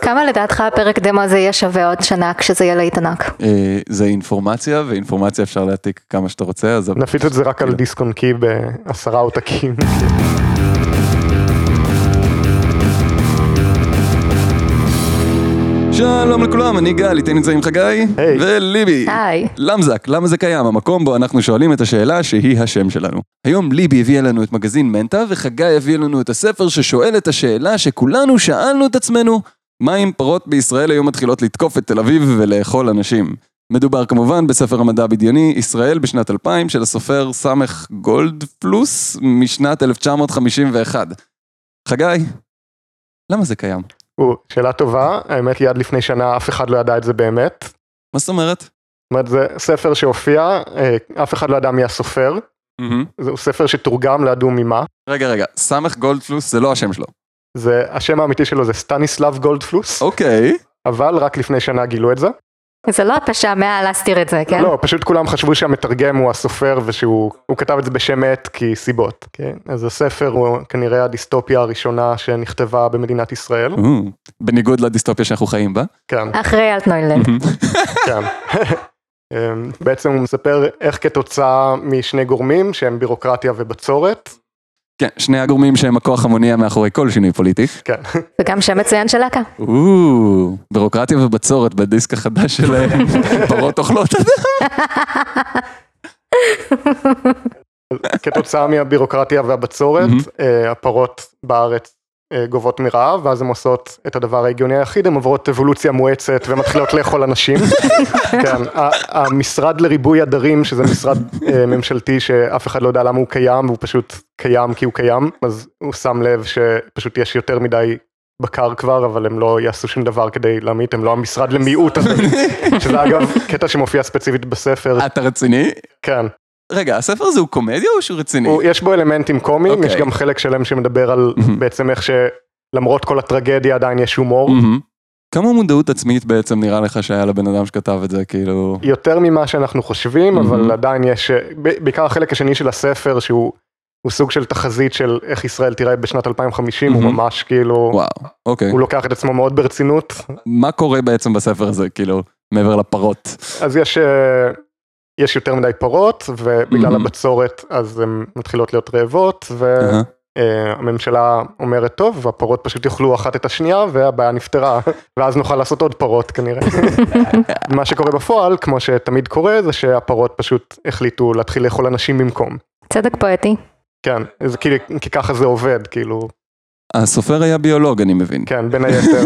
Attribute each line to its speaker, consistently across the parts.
Speaker 1: כמה לדעתך הפרק דמו הזה יהיה שווה עוד שנה כשזה יהיה לעיט ענק?
Speaker 2: אה, זה אינפורמציה, ואינפורמציה אפשר להעתיק כמה שאתה רוצה, אז...
Speaker 3: נפיץ את זה רק על דיסק און קי בעשרה עותקים.
Speaker 2: שלום לכולם, אני גל, איתי נמצאים חגי
Speaker 3: היי.
Speaker 2: וליבי.
Speaker 1: היי.
Speaker 2: למזק, למה זה קיים? המקום בו אנחנו שואלים את השאלה שהיא השם שלנו. היום ליבי הביאה לנו את מגזין מנטה, וחגי הביא לנו את הספר ששואל את השאלה שכולנו שאלנו את עצמנו, מה אם פרות בישראל היו מתחילות לתקוף את תל אביב ולאכול אנשים? מדובר כמובן בספר המדע הבדיוני, ישראל בשנת 2000, של הסופר סמך גולדפלוס, משנת 1951. חגי, למה זה קיים?
Speaker 3: או, שאלה טובה, האמת היא עד לפני שנה אף אחד לא ידע את זה באמת. זאת
Speaker 2: מה זאת אומרת?
Speaker 3: אומרת זה ספר שהופיע, אה, אף אחד לא ידע מי הסופר, זהו ספר שתורגם לידעו ממה.
Speaker 2: רגע, רגע, סמך גולדפלוס זה לא השם שלו.
Speaker 3: זה, השם האמיתי שלו זה סטניסלב גולדפלוס,
Speaker 2: אוקיי.
Speaker 3: אבל רק לפני שנה גילו את זה.
Speaker 1: זה לא פשע מאה להסתיר את זה, כן?
Speaker 3: לא, פשוט כולם חשבו שהמתרגם הוא הסופר ושהוא הוא כתב את זה בשם עט כי סיבות. כן? אז הספר הוא כנראה הדיסטופיה הראשונה שנכתבה במדינת ישראל.
Speaker 2: או, בניגוד לדיסטופיה שאנחנו חיים בה.
Speaker 3: כן.
Speaker 1: אחרי אלטנוילנד.
Speaker 3: כן. אמ, בעצם הוא מספר איך כתוצאה משני גורמים שהם בירוקרטיה ובצורת,
Speaker 2: כן, שני הגורמים שהם הכוח המוניע מאחורי כל שינוי פוליטי.
Speaker 3: כן,
Speaker 1: וגם שם מצוין של להקה.
Speaker 2: או, בירוקרטיה ובצורת בדיסק החדש שלהם, פרות אוכלות אדם.
Speaker 3: כתוצאה מהבירוקרטיה והבצורת, אה, הפרות בארץ אה, גובות מרעב, ואז הן עושות את הדבר ההגיוני היחיד, הן עוברות אבולוציה מואצת ומתחילות לאכול אנשים. כן, ה- המשרד לריבוי עדרים, שזה משרד אה, ממשלתי שאף אחד לא יודע למה הוא קיים, והוא פשוט קיים כי הוא קיים, אז הוא שם לב שפשוט יש יותר מדי בקר כבר, אבל הם לא יעשו שום דבר כדי להמית, הם לא המשרד למיעוט הזה, שזה אגב קטע שמופיע ספציפית בספר,
Speaker 2: אתה רציני?
Speaker 3: כן.
Speaker 2: רגע, הספר הזה הוא קומדיה או שהוא רציני?
Speaker 3: הוא, יש בו אלמנטים קומיים,
Speaker 2: אוקיי.
Speaker 3: יש גם חלק שלם שמדבר על
Speaker 2: מהמם.
Speaker 3: בעצם איך שלמרות כל הטרגדיה עדיין יש הומור.
Speaker 2: מהמם. כמה מודעות עצמית בעצם נראה לך שהיה לבן אדם שכתב את זה, כאילו...
Speaker 3: יותר ממה שאנחנו חושבים,
Speaker 2: מהמם.
Speaker 3: אבל עדיין יש, ב- בעיקר החלק השני של הספר שהוא הוא סוג של תחזית של איך ישראל תיראה בשנת 2050, הוא
Speaker 2: מהמם.
Speaker 3: ממש כאילו,
Speaker 2: וואו, אוקיי.
Speaker 3: הוא לוקח את עצמו מאוד ברצינות,
Speaker 2: מה קורה בעצם בספר הזה, כאילו, מעבר לפרות?
Speaker 3: אז יש... אה, יש יותר מדי פרות ובגלל
Speaker 2: מהמם.
Speaker 3: הבצורת אז הן מתחילות להיות רעבות
Speaker 2: אהה.
Speaker 3: והממשלה אה, אומרת טוב והפרות פשוט יאכלו אחת את השנייה והבעיה נפתרה ואז נוכל לעשות עוד פרות כנראה. מה שקורה בפועל כמו שתמיד קורה זה שהפרות פשוט החליטו להתחיל לאכול אנשים במקום.
Speaker 1: צדק פואטי.
Speaker 3: כן, זה כאילו, כי ככה זה עובד, כאילו,
Speaker 2: הסופר היה ביולוג, אני מבין.
Speaker 3: כן, בין היתר,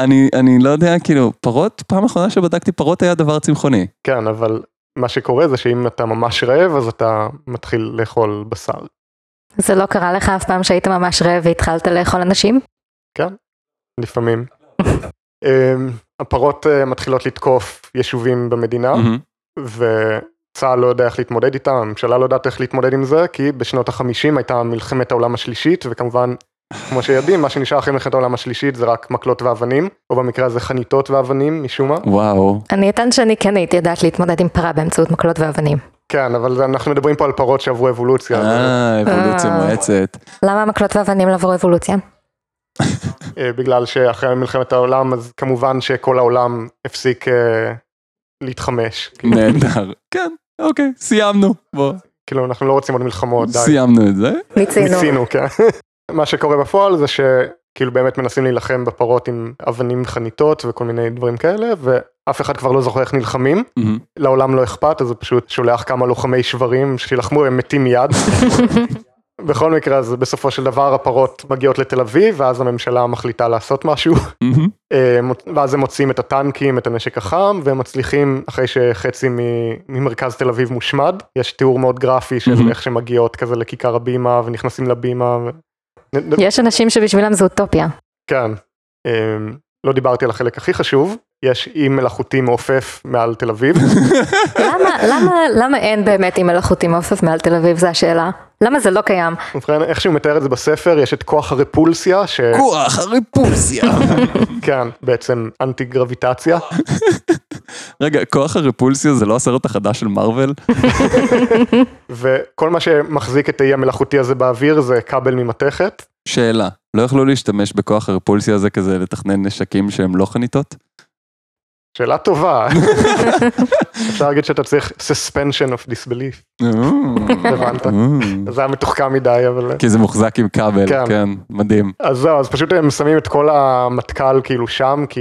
Speaker 2: אני, אני לא יודע, כאילו, פרות, פעם אחרונה שבדקתי פרות היה דבר צמחוני.
Speaker 3: כן, אבל מה שקורה זה שאם אתה ממש רעב, אז אתה מתחיל לאכול בשר.
Speaker 1: זה לא קרה לך אף פעם שהיית ממש רעב והתחלת לאכול אנשים?
Speaker 3: לפעמים. אמ, הפרות אה, מתחילות לתקוף יישובים במדינה,
Speaker 2: מהמם.
Speaker 3: וצה"ל לא יודע איך להתמודד איתם, הממשלה לא יודעת איך להתמודד עם זה, כי בשנות החמישים הייתה מלחמת העולם השלישית, וכמובן, כמו שיודעים, מה שנשאר אחרי מלחמת העולם השלישית זה רק מקלות ואבנים, או במקרה הזה חניתות ואבנים, משום מה.
Speaker 2: וואו.
Speaker 1: אני אטען שאני כן הייתי יודעת להתמודד עם פרה באמצעות מקלות ואבנים.
Speaker 3: כן, אבל זה- אנחנו מדברים פה על פרות שעברו אבולוציה. אז,
Speaker 2: אה, אבולוציה
Speaker 1: אה.
Speaker 2: מואצת.
Speaker 1: למה מקלות ואבנים לא עברו אבולוציה?
Speaker 3: אה, בגלל שאחרי מלחמת העולם, אז כמובן שכל העולם הפסיק אה, להתחמש.
Speaker 2: נהדר. כן, אוקיי, סיימנו. בוא,
Speaker 3: כאילו, אנחנו לא רוצים עוד מלחמות, די.
Speaker 2: סיימנו את זה.
Speaker 1: מיצינו.
Speaker 3: ניסינו, כן. מה שקורה בפועל זה שכאילו באמת מנסים להילחם בפרות עם אבנים חניתות וכל מיני דברים כאלה, ואף אחד כבר לא זוכר איך נלחמים.
Speaker 2: מהמם.
Speaker 3: לעולם לא אכפת, אז הוא פשוט שולח כמה לוחמי שברים שילחמו, הם מתים מיד. בכל מקרה, אז בסופו של דבר הפרות מגיעות לתל אביב, ואז הממשלה מחליטה לעשות משהו,
Speaker 2: מהמם.
Speaker 3: אה, מוצ- ואז הם מוצאים את הטנקים, את הנשק החם, והם מצליחים, אחרי שחצי מ- ממרכז תל אביב מושמד, יש תיאור מאוד גרפי
Speaker 2: מהמם.
Speaker 3: של איך שמגיעות כזה לכיכר הבימה, ונכנסים לבימה. ו- נ- נ-
Speaker 1: יש אנשים שבשבילם זו אוטופיה.
Speaker 3: כן. אה, לא דיברתי על החלק הכי חשוב, יש אי מלאכותי מעופף מעל תל אביב.
Speaker 1: למה, למה, למה אין באמת אי מלאכותי מעופף מעל תל אביב? זו השאלה. למה זה לא קיים?
Speaker 3: ובכן, איך שהוא מתאר את זה בספר, יש את כוח הרפולסיה, ש...
Speaker 2: כוח, הריפולסיה.
Speaker 3: כן, בעצם אנטי גרביטציה.
Speaker 2: רגע, כוח הרפולסיה זה לא הסרט החדש של מארוול?
Speaker 3: וכל מה שמחזיק את האי המלאכותי הזה באוויר זה כבל ממתכת.
Speaker 2: שאלה, לא יכלו להשתמש בכוח הרפולסיה הזה כזה לתכנן נשקים שהם לא חניתות?
Speaker 3: שאלה טובה. אפשר להגיד שאתה צריך suspension of disbelief, אה. הבנת. זה היה מתוחכם מדי, אבל...
Speaker 2: אה. כי זה מוחזק עם כבל,
Speaker 3: כן.
Speaker 2: כן, מדהים.
Speaker 3: אז זהו, אז פשוט הם שמים את כל המטכ"ל כאילו שם, כי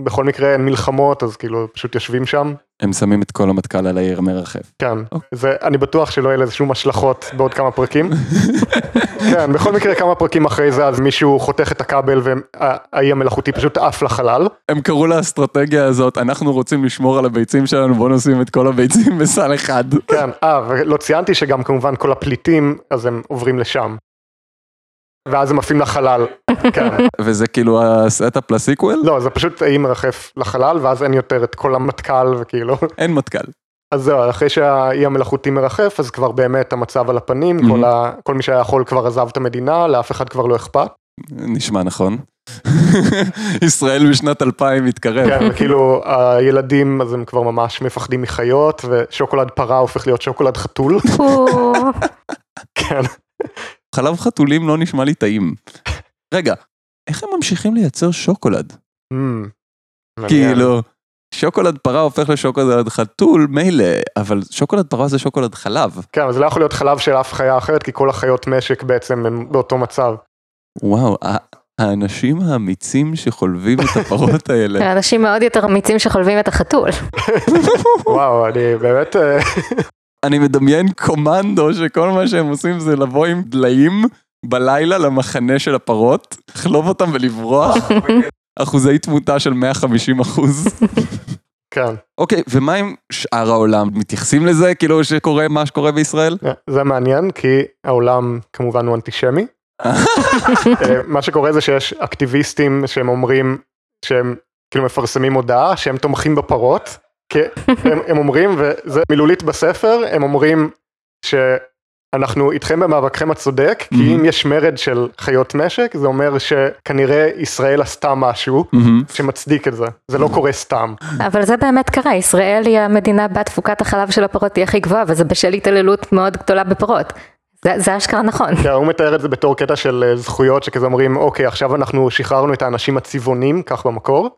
Speaker 3: בכל מקרה אין מלחמות, אז כאילו פשוט יושבים שם.
Speaker 2: הם שמים את כל המטכ"ל על העיר מרחב.
Speaker 3: כן,
Speaker 2: אוקיי.
Speaker 3: זה, אני בטוח שלא יהיה לזה שום השלכות בעוד כמה פרקים. כן, בכל מקרה כמה פרקים אחרי זה, אז מישהו חותך את הכבל והאי המלאכותי פשוט עף לחלל.
Speaker 2: הם קראו לאסטרטגיה הזאת, אנחנו רוצים לשמור על הביצים שלנו, בואו נשים את כל הביצים בסל אחד.
Speaker 3: כן, אה, ולא ציינתי שגם כמובן כל הפליטים, אז הם עוברים לשם. ואז הם עפים לחלל, כן.
Speaker 2: וזה כאילו הסטאפ לסיקוול?
Speaker 3: לא, זה פשוט האי מרחף לחלל, ואז אין יותר את כל המטכ"ל וכאילו.
Speaker 2: אין מטכ"ל.
Speaker 3: אז זהו, אחרי שהאי המלאכותי מרחף, אז כבר באמת המצב על הפנים,
Speaker 2: Mhm.
Speaker 3: כל, ה... כל מי שהיה יכול כבר עזב את המדינה, לאף אחד כבר לא אכפת.
Speaker 2: נשמע נכון. ישראל בשנת 2000 מתקרב.
Speaker 3: כן, וכאילו הילדים, אז הם כבר ממש מפחדים מחיות, ושוקולד פרה הופך להיות שוקולד חתול. Mm.
Speaker 1: הוא-
Speaker 3: כן.
Speaker 2: חלב חתולים לא נשמע לי טעים. רגע, איך הם ממשיכים לייצר שוקולד?
Speaker 3: Hmm, מעניין.
Speaker 2: כאילו, שוקולד פרה הופך לשוקולד חתול, מילא, אבל שוקולד פרה זה שוקולד חלב.
Speaker 3: כן, אבל זה לא יכול להיות חלב של אף חיה אחרת, כי כל החיות משק בעצם הם באותו מצב.
Speaker 2: וואו, ה- האנשים האמיצים שחולבים את הפרות האלה.
Speaker 1: אנשים מאוד יותר אמיצים שחולבים את החתול.
Speaker 3: וואו, אני באמת... אה,
Speaker 2: אני מדמיין קומנדו שכל מה שהם עושים זה לבוא עם דליים בלילה למחנה של הפרות, לחלוב אותם ולברוח. אחוזי תמותה של 150 אחוז.
Speaker 3: כן,
Speaker 2: אוקיי, ומה עם שאר העולם? מתייחסים לזה כאילו שקורה מה שקורה בישראל?
Speaker 3: כן, זה מעניין, כי העולם כמובן הוא אנטישמי. אה, מה שקורה זה שיש אקטיביסטים שהם אומרים שהם כאילו מפרסמים הודעה שהם תומכים בפרות, כי הם, הם אומרים, וזה מילולית בספר, הם אומרים שאנחנו איתכם במאבקכם הצודק, כי
Speaker 2: Mhm.
Speaker 3: אם יש מרד של חיות משק, זה אומר שכנראה ישראל עשתה משהו
Speaker 2: Mm-hmm.
Speaker 3: שמצדיק את זה, זה לא קורה סתם.
Speaker 1: אבל זה באמת קרה, ישראל היא המדינה בה תפוקת החלב של הפרות היא הכי גבוהה, וזה בשל התעללות מאוד גדולה בפרות. זה- זה אשכרה נכון.
Speaker 3: כן, הוא מתאר את זה בתור קטע של אה, זכויות, שכזה אומרים, אוקיי, עכשיו אנחנו שחררנו את האנשים הצבעונים, כך במקור,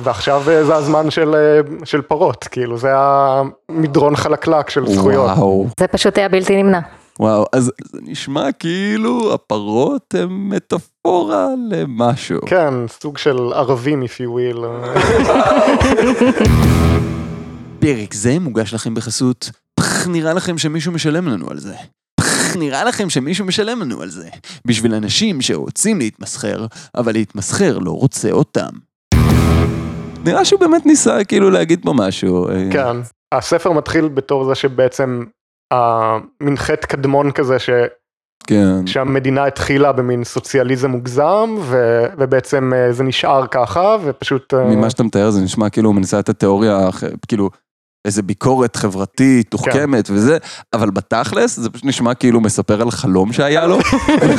Speaker 3: ועכשיו אה, זה הזמן של, אה, של פרות, כאילו, זה המדרון חלקלק של זכויות.
Speaker 2: וואו,
Speaker 1: זה פשוט היה בלתי נמנע.
Speaker 2: וואו, אז זה נשמע כאילו הפרות הן מטאפורה למשהו.
Speaker 3: כן, סוג של ערבים, if you will. אה,
Speaker 2: פרק זה מוגש לכם בחסות, פח, נראה לכם שמישהו משלם לנו על זה. פח, נראה לכם שמישהו משלם לנו על זה. בשביל אנשים שרוצים להתמסחר, אבל להתמסחר לא רוצה אותם. נראה שהוא באמת ניסה כאילו להגיד פה משהו. אה,
Speaker 3: כן. הספר מתחיל בתור זה שבעצם אה, מין חטא קדמון כזה, ש,
Speaker 2: כן.
Speaker 3: שהמדינה התחילה במין סוציאליזם מוגזם, ו, ובעצם אה, זה נשאר ככה, ופשוט... אה,
Speaker 2: ממה שאתה מתאר זה נשמע כאילו הוא מנסה את התיאוריה, האח- כאילו, איזה ביקורת חברתית, תוחכמת וזה, אבל בתכלס זה פשוט נשמע כאילו הוא מספר על חלום שהיה לו.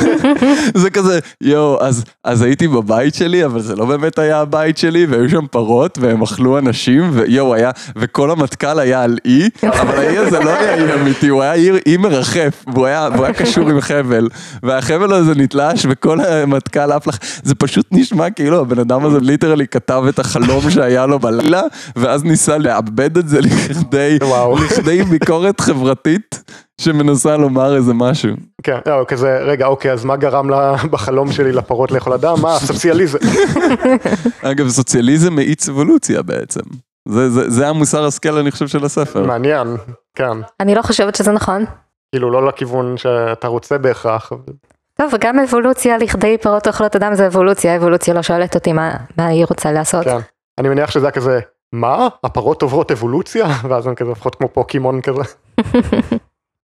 Speaker 2: זה כזה, יואו, אז, אז הייתי בבית שלי, אבל זה לא באמת היה הבית שלי, והיו שם פרות, והם אכלו אנשים, ויואו, היה, וכל המטכ"ל היה על אי, אבל האי הזה לא היה אי אמיתי, הוא היה עיר אי מרחף, והוא היה, והוא היה קשור עם חבל, והחבל הזה נתלש, וכל המטכ"ל עף לך, זה פשוט נשמע כאילו הבן אדם הזה ליטרלי כתב את החלום שהיה לו בלילה, ואז ניסה לעבד את זה לכדי,
Speaker 3: וואו.
Speaker 2: לכדי ביקורת חברתית, שמנסה לומר איזה משהו.
Speaker 3: כן, לא, כזה, רגע, אוקיי, אז מה גרם לה, בחלום שלי לפרות לאכול אדם? מה, סוציאליזם.
Speaker 2: אגב, סוציאליזם מאיץ אבולוציה בעצם. זה, זה, זה המוסר השכל, אני חושב, של הספר.
Speaker 3: מעניין, כן.
Speaker 1: אני לא חושבת שזה נכון.
Speaker 3: כאילו, לא לכיוון שאתה רוצה בהכרח. אבל-
Speaker 1: טוב, וגם אבולוציה לכדי פירות אוכלות אדם זה אבולוציה, אבולוציה לא שואלת אותי מה, מה היא רוצה לעשות.
Speaker 3: כן. אני מניח שזה היה כזה, מה? הפרות עוברות אבולוציה? ואז הן כזה הופכות כמו פוקימון כזה.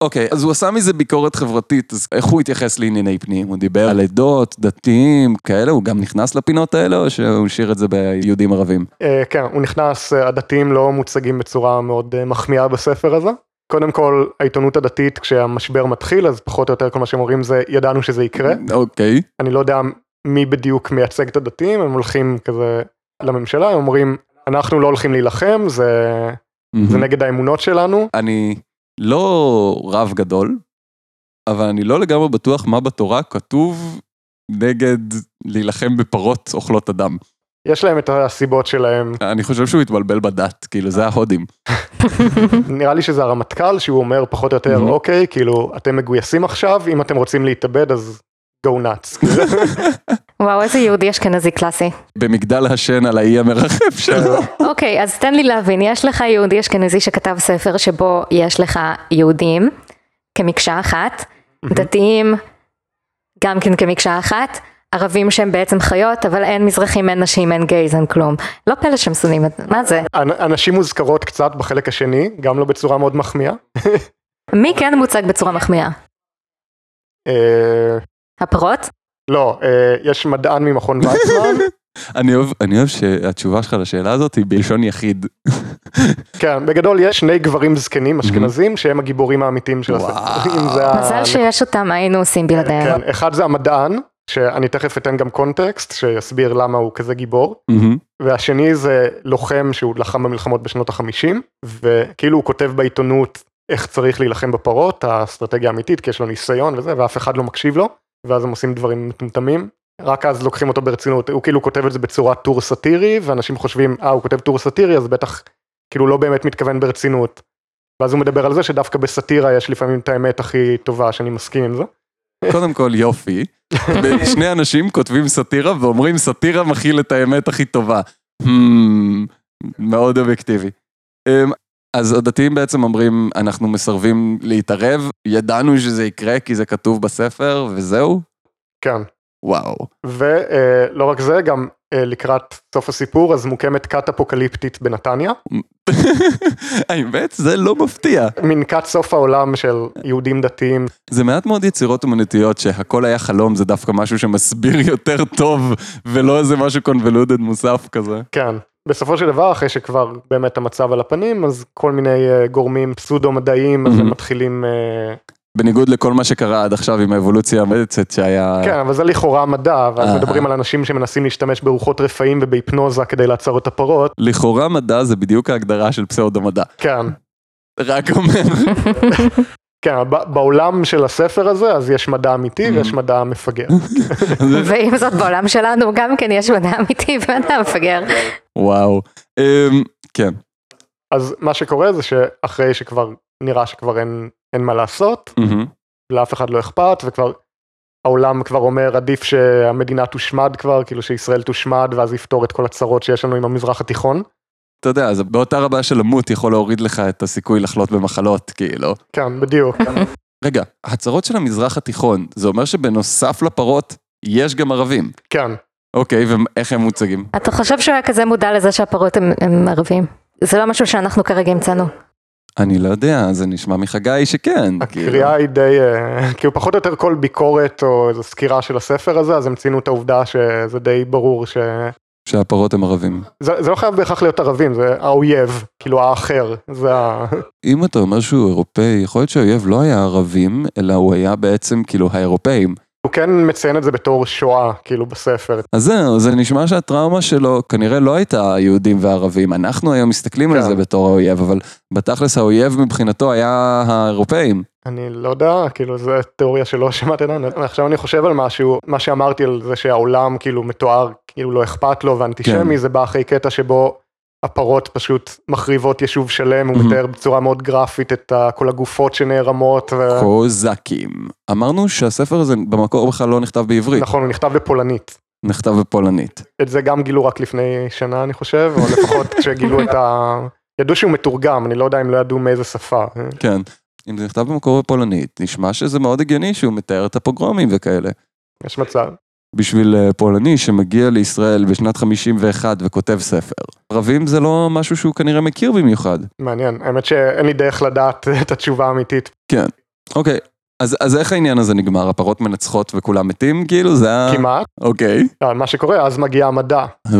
Speaker 2: אוקיי, אז הוא עשה מזה ביקורת חברתית, אז איך הוא התייחס לענייני פנים? הוא דיבר על עדות, דתיים, כאלה, הוא גם נכנס לפינות האלה, או שהוא השאיר את זה ביהודים ערבים?
Speaker 3: אה, כן, הוא נכנס, אה, הדתיים לא מוצגים בצורה מאוד אה, מחמיאה בספר הזה. קודם כל, העיתונות הדתית, כשהמשבר מתחיל, אז פחות או יותר כל מה שהם אומרים זה, ידענו שזה יקרה.
Speaker 2: אוקיי.
Speaker 3: אני לא יודע מי בדיוק מייצג את הדתיים, הם הולכים כזה לממשלה, הם אומרים, אנחנו לא הולכים להילחם, זה... זה
Speaker 2: Mm-hmm.
Speaker 3: נגד האמונות שלנו.
Speaker 2: אני לא רב גדול, אבל אני לא לגמרי בטוח מה בתורה כתוב נגד להילחם בפרות אוכלות אדם.
Speaker 3: יש להם את הסיבות שלהם.
Speaker 2: אני חושב שהוא התבלבל בדת, כאילו זה ההודים.
Speaker 3: נראה לי שזה הרמטכ"ל שהוא אומר פחות או יותר
Speaker 2: Mhm.
Speaker 3: אוקיי כאילו אתם מגויסים עכשיו אם אתם רוצים להתאבד אז go nuts.
Speaker 1: וואו, איזה יהודי אשכנזי קלאסי.
Speaker 2: במגדל השן על האי המרחב שלו.
Speaker 1: אוקיי, אז תן לי להבין, יש לך יהודי אשכנזי שכתב ספר שבו יש לך יהודים כמקשה אחת, דתיים גם כן כמקשה אחת, ערבים שהם בעצם חיות, אבל אין מזרחים, אין נשים, אין גייז, אין כלום. לא פלא שהם שונאים את זה, מה זה?
Speaker 3: אנ- הנשים מוזכרות קצת בחלק השני גם לא בצורה מאוד מחמיאה.
Speaker 1: מי כן מוצג בצורה מחמיאה?
Speaker 3: אה,
Speaker 1: הפרות?
Speaker 3: לא אה, יש מדען ממכון ויצמן
Speaker 2: אני אוהב- אני אוהב שהתשובה שלך לשאלה הזאת היא בלשון יחיד.
Speaker 3: כן בגדול יש שני גברים זקנים אשכנזים שהם הגיבורים האמיתיים של הספר.
Speaker 2: וואו.
Speaker 3: אם זה ה-
Speaker 1: מזל שיש אותם, מה היינו עושים בלעדיהם.
Speaker 3: כן, אחד זה המדען שאני תכף אתן גם קונטקסט שיסביר למה הוא כזה גיבור.
Speaker 2: מהמם.
Speaker 3: והשני זה לוחם שהוא לחם במלחמות בשנות החמישים, וכאילו הוא כותב בעיתונות איך צריך להילחם בפרות, האסטרטגיה האמיתית, כי יש לו ניסיון וזה, ואף אחד לא מקשיב לו, ואז הם עושים דברים מטומטמים. רק אז לוקחים אותו ברצינות, הוא כאילו כותב את זה בצורת טור סאטירי, ואנשים חושבים, אה, הוא כותב טור סאטירי, אז בטח, כאילו לא באמת מתכוון ברצינות. ואז הוא מדבר על זה שדווקא בסאטירה יש לפעמים את האמת הכי טובה, שאני מסכים עם זה.
Speaker 2: קודם כל יופי. שני אנשים כותבים סאטירה ואומרים סאטירה מכיל את האמת הכי טובה. Hmm, מאוד אובייקטיבי. אמ, אז הדתיים בעצם אומרים, אנחנו מסרבים להתערב, ידענו שזה יקרה כי זה כתוב בספר, וזהו.
Speaker 3: כן.
Speaker 2: וואו.
Speaker 3: ולא רק זה, גם אה, לקראת סוף הסיפור, אז מוקמת כת אפוקליפטית בנתניה.
Speaker 2: האמת, זה לא מפתיע.
Speaker 3: מין כת סוף העולם של יהודים דתיים.
Speaker 2: זה מעט מאוד יצירות אומנותיות שהכל היה חלום, זה דווקא משהו שמסביר יותר טוב, ולא איזה משהו קונבלודד מוסף כזה.
Speaker 3: כן. בסופו של דבר, אחרי שכבר באמת המצב על הפנים, אז כל מיני אה, גורמים פסודו-מדעיים, אז
Speaker 2: Mhm.
Speaker 3: הם מתחילים... אה,
Speaker 2: בניגוד לכל מה שקרה עד עכשיו עם האבולוציה המאצת שהיה...
Speaker 3: כן, אבל זה לכאורה מדע,
Speaker 2: אה,
Speaker 3: ואז מדברים על אנשים שמנסים להשתמש ברוחות רפאים ובהיפנוזה כדי לעצור את הפרות.
Speaker 2: לכאורה מדע זה בדיוק ההגדרה של פסאודו מדע.
Speaker 3: כן.
Speaker 2: רק אומר.
Speaker 3: כן, ב- בעולם של הספר הזה, אז יש מדע אמיתי ויש מדע מפגר.
Speaker 2: כן.
Speaker 1: ועם זאת בעולם שלנו גם כן יש מדע אמיתי ומדע מפגר.
Speaker 2: וואו. אמ, כן.
Speaker 3: אז מה שקורה זה שאחרי שכבר נראה שכבר אין, אין מה לעשות,
Speaker 2: מהמם.
Speaker 3: לאף אחד לא אכפת וכבר העולם כבר אומר עדיף שהמדינה תושמד כבר כאילו שישראל תושמד ואז יפתור את כל הצרות שיש לנו עם המזרח התיכון.
Speaker 2: אתה יודע, זה באותה רבה של למות יכול להוריד לך את הסיכוי לחלות במחלות, כאילו.
Speaker 3: כן בדיוק.
Speaker 2: רגע, הצרות של המזרח התיכון, זה אומר שבנוסף לפרות, יש גם ערבים.
Speaker 3: כן.
Speaker 2: אוקיי, ואיך הם מוצגים?
Speaker 1: אתה חושב שהוא היה כזה מודע לזה שהפרות הם- הם ערבים? זה לא משהו שאנחנו כרגע המצאנו.
Speaker 2: אני לא יודע, זה נשמע מחגי שכן. כאילו.
Speaker 3: הקריאה היא די אה, כאילו פחות או יותר כל ביקורת או איזו סקירה של הספר הזה אז הם ציינו את העובדה שזה די ברור ש...
Speaker 2: שהפרות הם ערבים.
Speaker 3: זה, זה לא חייב בהכרח להיות ערבים זה האויב כאילו האחר זה ה...
Speaker 2: אם אתה אומר שהוא אירופאי, יכול להיות שהאויב לא היה ערבים, אלא הוא היה בעצם כאילו האירופאים.
Speaker 3: הוא כן מציין את זה בתור שואה כאילו בספר
Speaker 2: אז זהו, זה נשמע שהטראומה שלו כנראה לא הייתה יהודים וערבים. אנחנו היום מסתכלים על
Speaker 3: כן.
Speaker 2: זה בתור האויב, אבל בתכלס האויב מבחינתו היה האירופאים.
Speaker 3: אני לא יודע, כאילו זו תיאוריה שלא שמעתי עדיין, עכשיו אני חושב על משהו, מה שאמרתי על זה שהעולם כאילו מתואר, כאילו לא אכפת לו ואנטישמי,
Speaker 2: כן.
Speaker 3: כן. זה בא אחרי קטע שבו הפרות פשוט מחריבות יישוב שלם, הוא
Speaker 2: Mhm.
Speaker 3: מתאר בצורה מאוד גרפית את ה- כל הגופות שנערמות, ו...
Speaker 2: קוזאקים. אמרנו שהספר הזה במקור בכלל לא נכתב בעברית,
Speaker 3: נכון, הוא נכתב בפולנית.
Speaker 2: נכתב בפולנית.
Speaker 3: את זה גם גילו רק לפני שנה אני חושב, או לפחות כשגילו את ה... ידעו שהוא מתורגם, אני לא יודע אם לא ידעו מאיזה שפה.
Speaker 2: כן. אם זה נכתב במקור בפולנית, נשמע שזה מאוד הגיוני שהוא מתאר את הפוגרומים וכאלה.
Speaker 3: יש מצב.
Speaker 2: בשביל אה, פולני שמגיע לישראל בשנת 51 וכותב ספר. ערבים זה לא משהו שהוא כנראה מכיר במיוחד.
Speaker 3: מעניין, האמת שאין לי דרך לדעת את התשובה האמיתית.
Speaker 2: אוקיי, אז, אז איך העניין הזה נגמר? הפרות מנצחות וכולם מתים? כאילו זה היה...
Speaker 3: כמעט.
Speaker 2: אוקיי.
Speaker 3: לא, מה שקורה אז מגיע המדע,
Speaker 2: Mm.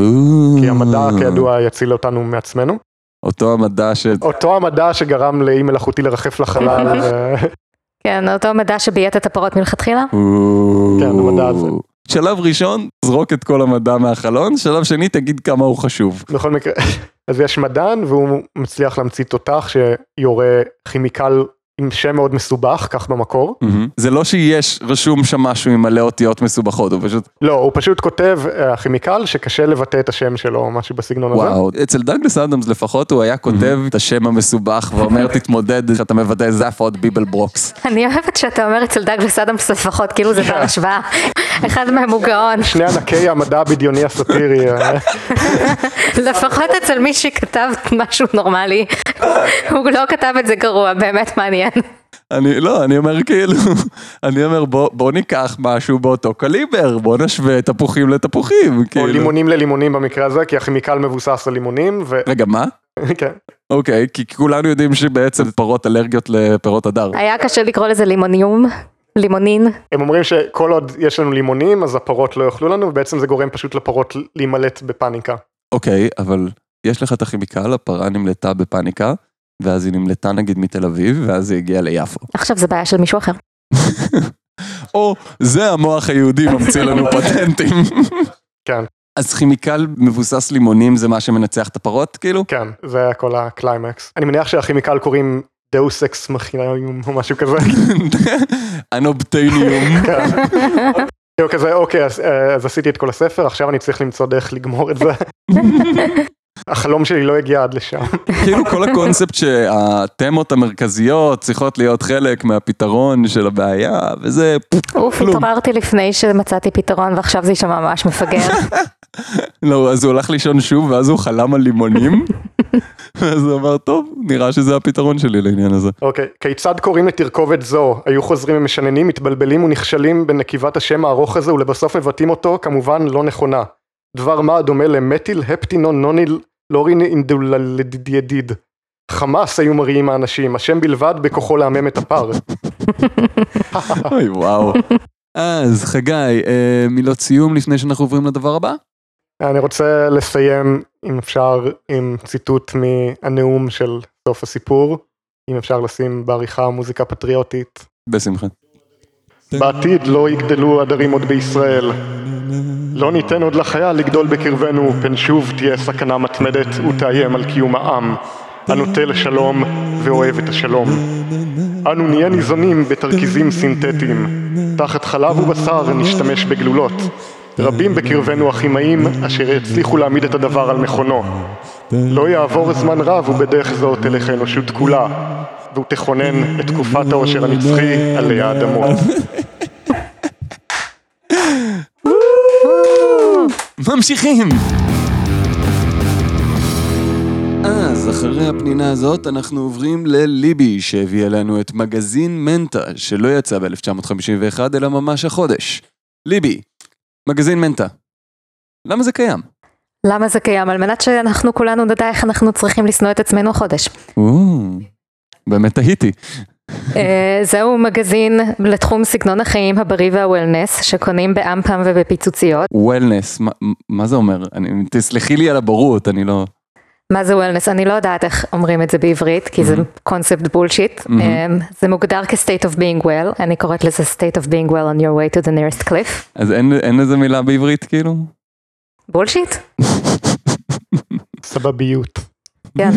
Speaker 3: כי המדע כידוע יציל אותנו מעצמנו.
Speaker 2: אותו המדע ש...
Speaker 3: אותו המדע שגרם לאי מלאכותי לרחף לחלל, אה, ו-
Speaker 1: כן, אותו מדע שביית את הפרות מלכתחילה?
Speaker 2: כן,
Speaker 3: המדע הזה.
Speaker 2: שלב ראשון, זרוק את כל המדע מהחלון, שלב שני, תגיד כמה הוא חשוב.
Speaker 3: בכל מקרה, אז יש מדען והוא מצליח להמציא תותח שיורה כימיקל עם שם מאוד מסובך, כך במקור.
Speaker 2: מהמם. זה לא שיש רשום שם משהו עם מלא אותיות מסובכות, הוא פשוט,
Speaker 3: לא, הוא פשוט כותב, אה, הכימיקל, שקשה לבטא את השם שלו, או משהו בסגנון הזה.
Speaker 2: וואו. אצל דגלס אדמס לפחות הוא היה כותב את השם המסובך ואומר תתמודד שאתה מבטא זאפוד ביבל ברוקס.
Speaker 1: אני אוהבת שאתה אומר אצל דאגלס אדמס לפחות, כאילו זה בר השוואה. אחד מהם הוא גאון.
Speaker 3: שני ענקי המדע הבדיוני הסאטירי, אה,
Speaker 1: לפחות אצל מי שכתב משהו נורמלי. הוא לא כתב את זה גרוע, באמת מעניין.
Speaker 2: אני לא, אני אומר כאילו, אני אומר בוא, בוא ניקח משהו באותו קליבר, בוא נשווה תפוחים לתפוחים,
Speaker 3: או
Speaker 2: כאילו.
Speaker 3: לימונים ללימונים במקרה הזה, כי הכימיקל מבוסס על לימונים, ו...
Speaker 2: רגע, מה?
Speaker 3: כן.
Speaker 2: אוקיי, כי כולנו יודעים שבעצם פרות אלרגיות לפירות הדר.
Speaker 1: היה קשה לקרוא לזה לימוניום, לימונין.
Speaker 3: הם אומרים שכל עוד יש לנו לימונים, אז הפרות לא יאכלו לנו, ובעצם זה גורם פשוט לפרות להימלט בפאניקה.
Speaker 2: אוקיי, אבל יש לך את הכימיקל, הפרה נמלטה בפאניקה, ואז היא נמלטה נגיד מתל אביב, ואז היא הגיעה ליפו.
Speaker 1: עכשיו זה בעיה של מישהו אחר.
Speaker 2: או, זה המוח היהודי ממציא לנו פטנטים.
Speaker 3: כן.
Speaker 2: אז כימיקל מבוסס לימונים זה מה שמנצח את הפרות, כאילו?
Speaker 3: כן, זה היה כל הקליימקס. אני מניח שהכימיקל קוראים דאוס אקס מכינאיום או משהו כזה.
Speaker 2: אנובטניום.
Speaker 3: כן. כאילו כזה, אוקיי, אז, אה, אז עשיתי את כל הספר, עכשיו אני צריך למצוא דרך לגמור את זה. החלום שלי לא הגיע עד לשם.
Speaker 2: כאילו כל הקונספט שהתמות המרכזיות צריכות להיות חלק מהפתרון של הבעיה, וזה פופ,
Speaker 1: אוף,
Speaker 2: כלום.
Speaker 1: התעוררתי לפני שמצאתי פתרון ועכשיו זה יישמע ממש מפגר.
Speaker 2: לא, אז הוא הלך לישון שוב, ואז הוא חלם על לימונים, ואז הוא אמר, טוב, נראה שזה הפתרון שלי לעניין הזה.
Speaker 3: אוקיי, כיצד קוראים לתרכובת זו? היו חוזרים ומשננים, מתבלבלים ונכשלים בנקיבת השם הארוך הזה ולבסוף מבטאים אותו, כמובן לא נכונה. דבר מה הדומה למטיל הפטינון נוניל לורין אינדולדידיד. חמאס היו מריעים האנשים, השם בלבד בכוחו לעמם את הפר.
Speaker 2: אוי, וואו. אז חגי, אה, מילות סיום לפני שאנחנו עוברים לדבר הבא?
Speaker 3: אני רוצה לסיים, אם אפשר, עם ציטוט מהנאום של סוף הסיפור. אם אפשר לשים בעריכה מוזיקה פטריוטית.
Speaker 2: בשמחה.
Speaker 3: בעתיד לא יגדלו עדרים עוד בישראל. לא ניתן עוד לחיה לגדול בקרבנו, פן שוב תהיה סכנה מתמדת ותאיים על קיום העם. אנו תה לשלום ואוהב את השלום. אנו נהיה ניזונים בתרכיזים סינתטיים. תחת חלב ובשר נשתמש בגלולות. רבים בקרבנו הכימאים אשר הצליחו להעמיד את הדבר על מכונו. לא יעבור זמן רב ובדרך זו תלך האנושות כולה, ותכונן את תקופת העושר הנצחי עלי האדמות.
Speaker 2: ממשיכים! אז אחרי הפנינה הזאת אנחנו עוברים לליבי שהביא אלינו את מגזין מנטה שלא יצא ב-1951 אלא ממש החודש. ליבי, מגזין מנטה. למה זה קיים?
Speaker 1: למה זה קיים? על מנת שאנחנו כולנו נדע איך אנחנו צריכים לשנוא את עצמנו החודש.
Speaker 2: באמת תהיתי.
Speaker 1: אה, זהו מגזין לתחום סגנון החיים הבריא והוולנס שקונים באמפם ובפיצוציות.
Speaker 2: וולנס, מה- מה זה אומר? אני- תסלחי לי על הבורות, אני לא...
Speaker 1: מה זה וולנס? אני לא יודעת איך אומרים את זה בעברית, כי זה קונספט בולשיט. זה מוגדר כ-state of being well, אני קוראת לזה state of being well on your way to the nearest cliff.
Speaker 2: אז אין- אין לזה מילה בעברית כאילו?
Speaker 1: בולשיט?
Speaker 3: סבביות.
Speaker 1: כן.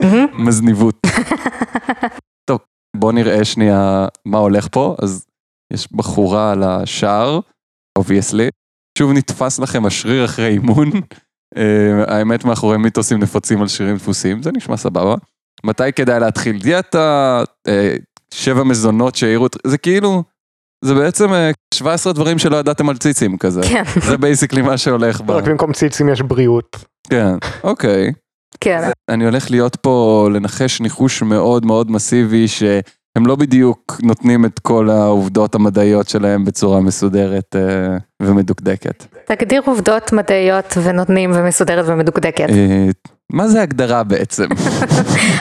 Speaker 2: מזניבות. טוב, בוא נראה שנייה מה הולך פה. אז יש בחורה על השער, אובייסלי. שוב נתפס לכם השריר אחרי אימון. אה, האמת מאחורי מיתוסים נפוצים על שרירים דפוסים, זה נשמע סבבה. מתי כדאי להתחיל דיאטה, אה, שבע מזונות שהעירו, את- זה כאילו, זה בעצם אה, 17 דברים שלא ידעתם על ציצים כזה.
Speaker 1: כן.
Speaker 2: זה בייסיקלי מה שהולך ב...
Speaker 3: רק במקום ציצים יש בריאות.
Speaker 2: כן, אוקיי.
Speaker 1: כן.
Speaker 2: אני הולך להיות פה לנחש ניחוש מאוד מאוד מסיבי שהם לא בדיוק נותנים את כל העובדות המדעיות שלהם בצורה מסודרת אה, ומדוקדקת.
Speaker 1: תגדיר עובדות מדעיות ונותנים ומסודרת ומדוקדקת.
Speaker 2: אה, מה זה הגדרה בעצם?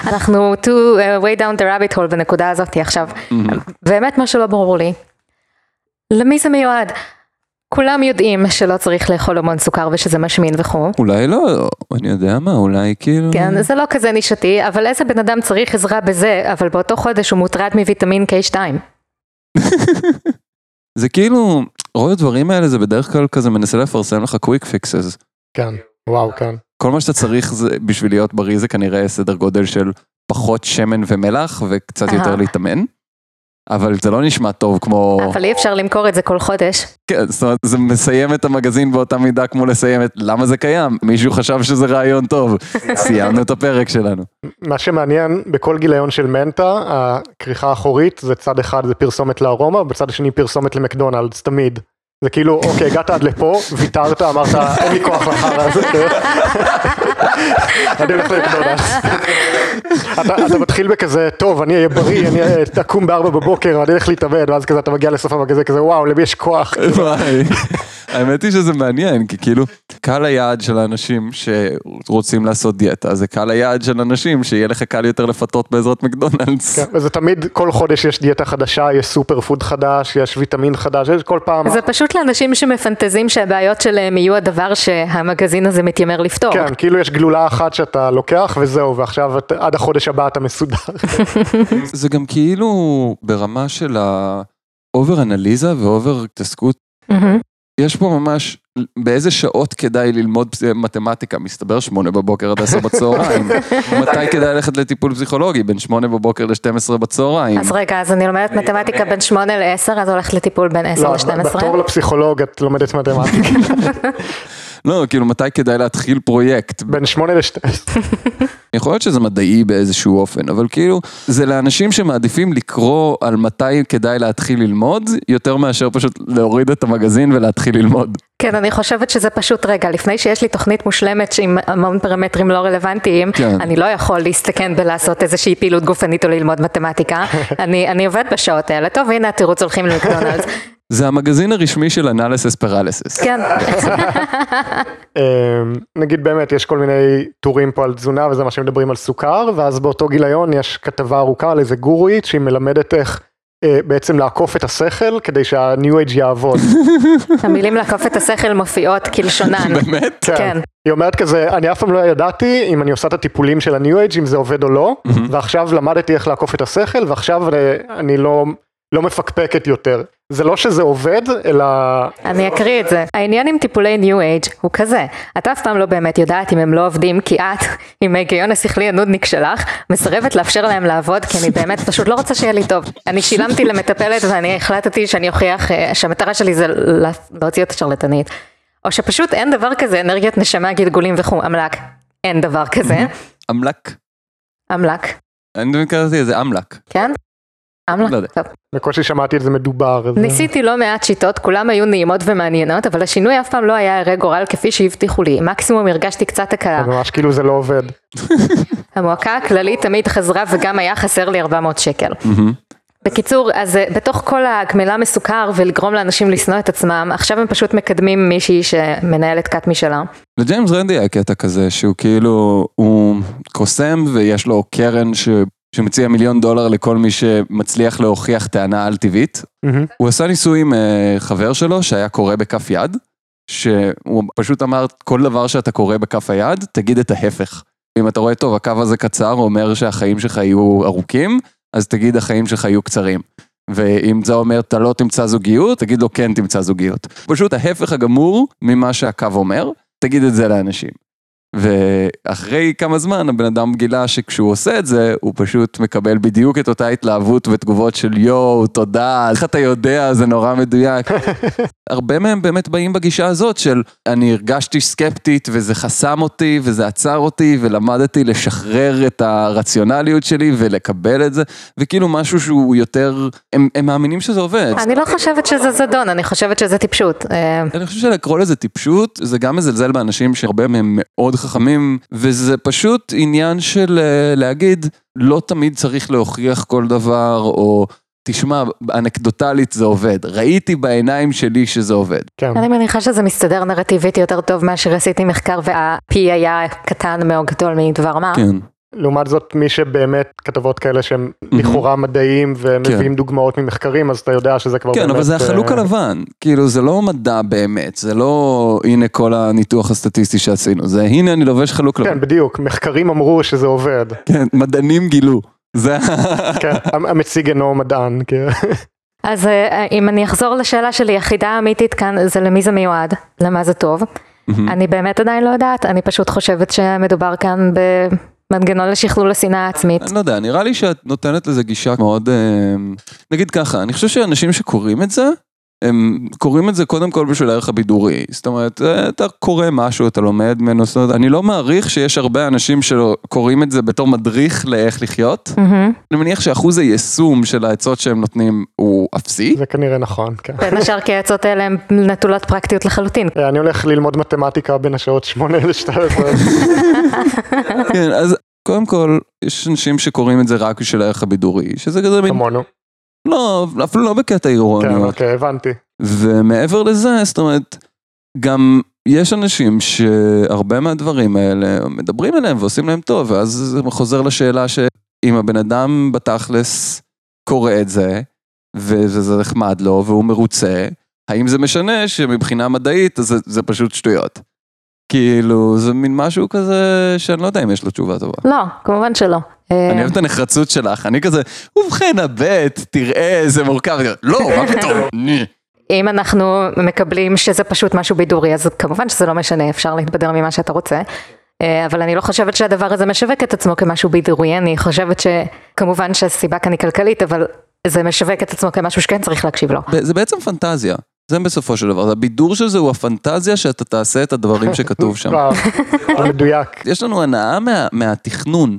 Speaker 1: אנחנו to uh, way down the rabbit hole בנקודה הזאת עכשיו. באמת מה שלא ברור לי. למי זה מיועד? כולם יודעים שלא צריך לאכול המון סוכר ושזה משמין וכו'.
Speaker 2: אולי לא, אני יודע מה, אולי כאילו...
Speaker 3: Mm-hmm.
Speaker 1: כן, זה לא כזה נישתי, אבל איזה בן אדם צריך עזרה בזה, אבל באותו חודש הוא מוטרד מוויטמין K2.
Speaker 2: זה כאילו, רוב הדברים האלה זה בדרך כלל כזה מנסה לפרסם לך קוויק פיקסס.
Speaker 3: כן. וואו, כן.
Speaker 2: כל מה שאתה צריך זה, בשביל להיות בריא זה כנראה סדר גודל של פחות שמן ומלח וקצת
Speaker 1: אהה.
Speaker 2: יותר להתאמן. אבל זה לא נשמע טוב כמו...
Speaker 1: אבל אי אפשר למכור את זה כל חודש.
Speaker 2: כן, זאת אומרת, זה מסיים את המגזין באותה מידה כמו לסיים את... למה זה קיים? מישהו חשב שזה רעיון טוב. סיימנו את הפרק שלנו.
Speaker 3: מה שמעניין בכל גיליון של מנטה הכריכה האחורית זה צד אחד זה פרסומת לארומה בצד השני פרסומת למקדונלדס תמיד. זה כאילו אוקיי הגעת עד לפה ויתרת אמרת אין לי כוח לחרא הזה. אני הולך למקדונלדס. אתה, אתה מתחיל בכזה טוב אני אהיה בריא אני אהיה- תקום בארבע בבוקר אני אלך להתאבד ואז כזה אתה מגיע לסוף המגזין כזה וואו למי יש כוח.
Speaker 2: וואי. האמת היא שזה מעניין, כי כאילו, קהל היעד של האנשים שרוצים לעשות דיאטה, זה קהל היעד של אנשים שיהיה לך קל יותר לפתות בעזרת מקדונלדס.
Speaker 3: כן, וזה תמיד כל חודש יש דיאטה חדשה יש סופר פוד חדש יש ויטמין חדש יש כל פעם.
Speaker 1: זה פשוט לאנשים שמפנטזים שהבעיות שלהם יהיו הדבר שהמגזין הזה מתיימר לפתור.
Speaker 3: כן, כאילו יש גלולה אחת שאתה לוקח וזהו, ועכשיו את- עד החודש הבא אתה מסודר.
Speaker 2: זה גם כאילו ברמה של האובר אנליזה ואובר התעסקות.
Speaker 1: מהמם.
Speaker 3: Mm-hmm.
Speaker 2: יש פה ממש באיזה שעות כדאי ללמוד פס- מתמטיקה, מסתבר שמונה בבוקר עד עשר בצהריים. מתי כדאי ללכת לטיפול פסיכולוגי? בין שמונה בבוקר ל-12 בצהריים.
Speaker 1: אז רגע, אז אני לומדת מתמטיקה בין 8 ל-10, אז הולכת לטיפול בין 10
Speaker 3: לא,
Speaker 1: ל-12.
Speaker 3: בתור לפסיכולוג את לומדת מתמטיקה
Speaker 2: לא, כאילו מתי כדאי להתחיל פרויקט?
Speaker 3: בין 8 ל-12.
Speaker 2: יכול להיות שזה מדעי באיזשהו אופן, אבל כאילו, זה לאנשים שמעדיפים לקרוא על מתי כדאי להתחיל ללמוד, יותר מאשר פשוט להוריד את המגזין ולהתחיל ללמוד.
Speaker 1: כן, אני חושבת שזה פשוט רגע, לפני שיש לי תוכנית מושלמת עם המון פרמטרים לא רלוונטיים,
Speaker 2: כן.
Speaker 1: אני לא יכול להסתכן בלעשות איזושהי פעילות גופנית או ללמוד מתמטיקה. אני, אני עובד בשעות האלה, טוב, הנה התירוץ הולכים למקדונלדס.
Speaker 2: זה המגזין הרשמי של אנליסס פרליסס.
Speaker 1: כן,
Speaker 3: אמ, נגיד באמת יש כל מיני טורים פה על תזונה וזה מה שמדברים על סוכר, ואז באותו גיליון יש כתבה ארוכה על איזה גורואית שהיא מלמדת איך אה, בעצם לעקוף את השכל כדי שהניו אייג' יעבוד.
Speaker 1: המילים לעקוף את השכל מופיעות כלשונן.
Speaker 2: באמת?
Speaker 1: כן.
Speaker 3: היא אומרת כזה, אני אף פעם לא ידעתי אם אני עושה את הטיפולים של הניו אייג' אם זה עובד או לא, ועכשיו למדתי איך לעקוף את השכל, ועכשיו אה, אני לא, לא מפקפקת יותר. זה לא שזה עובד, אלא...
Speaker 1: אני אקריא את זה. העניין עם טיפולי ניו אייג' הוא כזה, את אף פעם לא באמת יודעת אם הם לא עובדים כי את, עם ההיגיון השכלי הנודניק שלך, מסרבת לאפשר להם לעבוד כי אני באמת פשוט לא רוצה שיהיה לי טוב. אני שילמתי למטפלת ואני החלטתי שאני אוכיח אה, שהמטרה שלי זה לה- להוציא את השרלטנית. או שפשוט אין דבר כזה, אנרגיית נשמה, גלגולים וכו', אמל"ק. אין דבר כזה.
Speaker 2: אמל"ק.
Speaker 1: אמל"ק,
Speaker 2: אני תמיד קראתי לזה אמל"ק.
Speaker 1: כן? אמל"ק.
Speaker 2: לא יודע.
Speaker 1: טוב.
Speaker 3: בקושי שמעתי את זה מדובר. אז-
Speaker 1: ניסיתי לא מעט שיטות, כולם היו נעימות ומעניינות, אבל השינוי אף פעם לא היה הרי גורל כפי שהבטיחו לי. מקסימום הרגשתי קצת
Speaker 3: זה
Speaker 1: הקלה.
Speaker 3: ממש כאילו זה לא עובד.
Speaker 1: המועקה הכללית תמיד חזרה וגם היה חסר לי 400 שקל.
Speaker 2: מהמם.
Speaker 1: בקיצור, אז אה, בתוך כל הגמילה מסוכר ולגרום לאנשים לשנוא את עצמם, עכשיו הם פשוט מקדמים מישהי שמנהלת כת משלה.
Speaker 2: לג'יימס רנדי היה קטע כזה שהוא כאילו הוא קוסם ויש לו קרן ש... שמציע מיליון דולר לכל מי שמצליח להוכיח טענה על טבעית.
Speaker 3: מהמם.
Speaker 2: הוא עשה ניסוי עם אה, חבר שלו שהיה קורא בכף יד, שהוא פשוט אמר כל דבר שאתה קורא בכף היד תגיד את ההפך. אם אתה רואה טוב הקו הזה קצר אומר שהחיים שלך יהיו ארוכים אז תגיד החיים שלך יהיו קצרים. ואם זה אומר אתה לא תמצא זוגיות תגיד לו כן תמצא זוגיות. פשוט ההפך הגמור ממה שהקו אומר. תגיד את זה לאנשים. ואחרי כמה זמן הבן אדם גילה שכשהוא עושה את זה, הוא פשוט מקבל בדיוק את אותה התלהבות ותגובות של יואו, תודה, איך אתה יודע, זה נורא מדויק. הרבה מהם באמת באים בגישה הזאת של אני הרגשתי סקפטית וזה חסם אותי וזה עצר אותי ולמדתי לשחרר את הרציונליות שלי ולקבל את זה, וכאילו משהו שהוא יותר, הם, הם מאמינים שזה עובד.
Speaker 1: אני לא חושבת שזה זדון, אני חושבת שזה טיפשות. אה,
Speaker 2: אני חושב שלקרוא לזה טיפשות, זה גם מזלזל באנשים שהרבה מהם מאוד חכמים, וזה פשוט עניין של אה, להגיד, לא תמיד צריך להוכיח כל דבר, או תשמע, אנקדוטלית זה עובד, ראיתי בעיניים שלי שזה עובד.
Speaker 3: כן.
Speaker 1: אני מניחה שזה מסתדר נרטיבית יותר טוב מאשר עשיתי מחקר וה-P היה קטן מאוד גדול מדבר
Speaker 3: אה?
Speaker 1: מה.
Speaker 2: כן.
Speaker 3: לעומת זאת מי שבאמת כתבות כאלה שהם לכאורה מדעיים ומביאים דוגמאות ממחקרים אז אתה יודע שזה כבר
Speaker 2: כן,
Speaker 3: באמת...
Speaker 2: אבל זה
Speaker 3: אה,
Speaker 2: החלוק הלבן, כאילו זה לא מדע באמת, זה לא הנה כל הניתוח הסטטיסטי שעשינו, זה הנה אני לובש חלוק לבן,
Speaker 3: כן בדיוק מחקרים אמרו שזה עובד.
Speaker 2: כן, מדענים גילו, זה
Speaker 3: כן, המ- המציג אינו מדען. כן.
Speaker 1: אז אה, אם אני אחזור לשאלה שלי, החידה האמיתית כאן זה למי זה מיועד, למה זה טוב. אני באמת עדיין לא יודעת, אני פשוט חושבת שמדובר כאן מנגנון לשכלול השנאה העצמית.
Speaker 2: אני לא יודע, נראה לי שאת נותנת לזה גישה מאוד... אה, נגיד ככה, אני חושב שאנשים שקוראים את זה, הם קוראים את זה קודם כל בשביל הערך הבידורי. זאת אומרת, אה, אתה קורא משהו, אתה לומד ממנו, זאת אומרת, אני לא מעריך שיש הרבה אנשים שקוראים את זה בתור מדריך לאיך לחיות.
Speaker 1: מהמם.
Speaker 2: אני מניח שאחוז היישום של העצות שהם נותנים הוא אפסי.
Speaker 3: זה כנראה נכון, כן.
Speaker 1: בין השאר כי העצות האלה הן נטולות פרקטיות לחלוטין.
Speaker 3: אה, אני הולך ללמוד מתמטיקה בין השעות 8 ל-12.
Speaker 2: כן, אז קודם כל, יש אנשים שקוראים את זה רק בשביל הערך הבידורי, שזה כזה מין...
Speaker 3: כמונו.
Speaker 2: לא, אפילו לא בקטע
Speaker 3: כן,
Speaker 2: אירוני,
Speaker 3: אוקיי, הבנתי.
Speaker 2: ומעבר לזה, זאת אומרת, גם יש אנשים שהרבה מהדברים האלה מדברים אליהם ועושים להם טוב, ואז זה חוזר לשאלה שאם הבן אדם בתכלס קורא את זה, וזה זה נחמד לו, והוא מרוצה, האם זה משנה שמבחינה מדעית זה, זה פשוט שטויות? כאילו, זה מין משהו כזה שאני לא יודע אם יש לו תשובה טובה.
Speaker 1: לא, כמובן שלא. אה,
Speaker 2: אני אוהב את הנחרצות שלך, אני כזה, ובכן הבט, תראה איזה מורכב, לא, מה פתאום, ני.
Speaker 1: אם אנחנו מקבלים שזה פשוט משהו בידורי, אז כמובן שזה לא משנה, אפשר להתבדר ממה שאתה רוצה. אה, אבל אני לא חושבת שהדבר הזה משווק את עצמו כמשהו בידורי, אני חושבת שכמובן שהסיבה כאן היא כלכלית, אבל זה משווק את עצמו כמשהו שכן צריך להקשיב לו.
Speaker 2: זה בעצם פנטזיה, זה בסופו של דבר, הבידור של זה הוא הפנטזיה שאתה תעשה את הדברים שכתוב שם.
Speaker 3: וואו, זה מדויק.
Speaker 2: יש לנו הנאה מה, מהתכנון,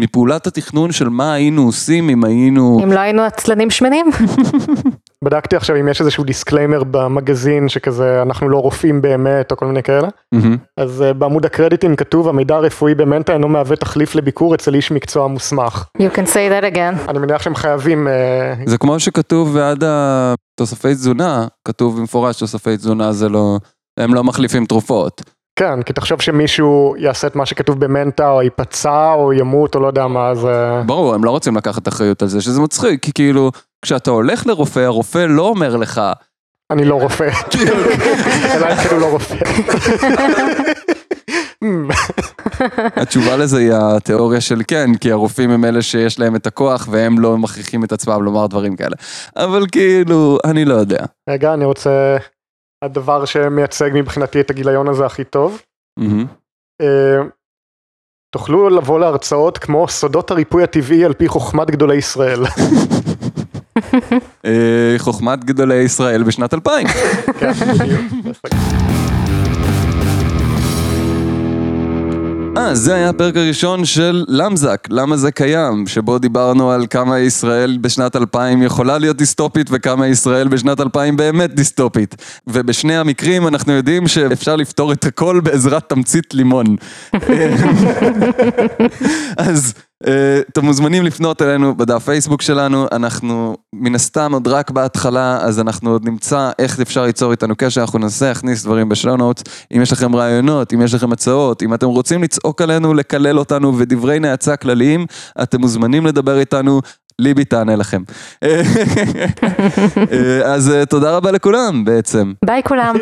Speaker 2: מפעולת התכנון של מה היינו עושים אם היינו...
Speaker 1: אם לא היינו עצלנים שמנים,
Speaker 3: בדקתי עכשיו אם יש איזשהו דיסקליימר במגזין שכזה אנחנו לא רופאים באמת או כל מיני כאלה.
Speaker 2: מהמם.
Speaker 3: אז אה, בעמוד הקרדיטים כתוב המידע הרפואי במנטה אינו מהווה תחליף לביקור אצל איש מקצוע מוסמך.
Speaker 1: you can say that again.
Speaker 3: אני מניח שהם חייבים, אה,
Speaker 2: זה כמו שכתוב ועד התוספי תזונה, כתוב במפורש תוספי תזונה זה לא... הם לא מחליפים תרופות.
Speaker 3: כן, כי תחשוב שמישהו יעשה את מה שכתוב במנטה או ייפצע או ימות או לא יודע מה, אז אה,
Speaker 2: ברור, הם לא רוצים לקחת אחריות על זה, שזה מצחיק, כי כאילו, כשאתה הולך לרופא, הרופא לא אומר לך,
Speaker 3: אני לא רופא. אלא אם כן הוא לא רופא. Hmm.
Speaker 2: התשובה לזה היא התיאוריה של כן, כי הרופאים הם אלה שיש להם את הכוח והם לא מכריחים את עצמם לומר דברים כאלה. אבל כאילו, אני לא יודע.
Speaker 3: רגע, אני רוצה, הדבר שמייצג מבחינתי את הגיליון הזה הכי טוב.
Speaker 2: מהמם.
Speaker 3: אה, תוכלו לבוא להרצאות כמו סודות הריפוי הטבעי על פי חוכמת גדולי ישראל.
Speaker 2: אה, חוכמת גדולי ישראל בשנת 2000.
Speaker 3: כן, בדיוק.
Speaker 2: אה, זה היה הפרק הראשון של למזק, למה זה קיים, שבו דיברנו על כמה ישראל בשנת 2000 יכולה להיות דיסטופית וכמה ישראל בשנת 2000 באמת דיסטופית. ובשני המקרים אנחנו יודעים שאפשר לפתור את הכל בעזרת תמצית לימון. אז אה, אתם מוזמנים לפנות אלינו בדף פייסבוק שלנו, אנחנו מן הסתם עוד רק בהתחלה, אז אנחנו עוד נמצא איך אפשר ליצור איתנו קשר, אנחנו ננסה להכניס דברים בשלונות, אם יש לכם רעיונות, אם יש לכם הצעות, אם אתם רוצים לצעוק עלינו, לקלל אותנו ודברי נאצה כלליים, אתם מוזמנים לדבר איתנו. ליבי תענה לכם. אה, אז אה, תודה רבה לכולם בעצם.
Speaker 1: ביי כולם.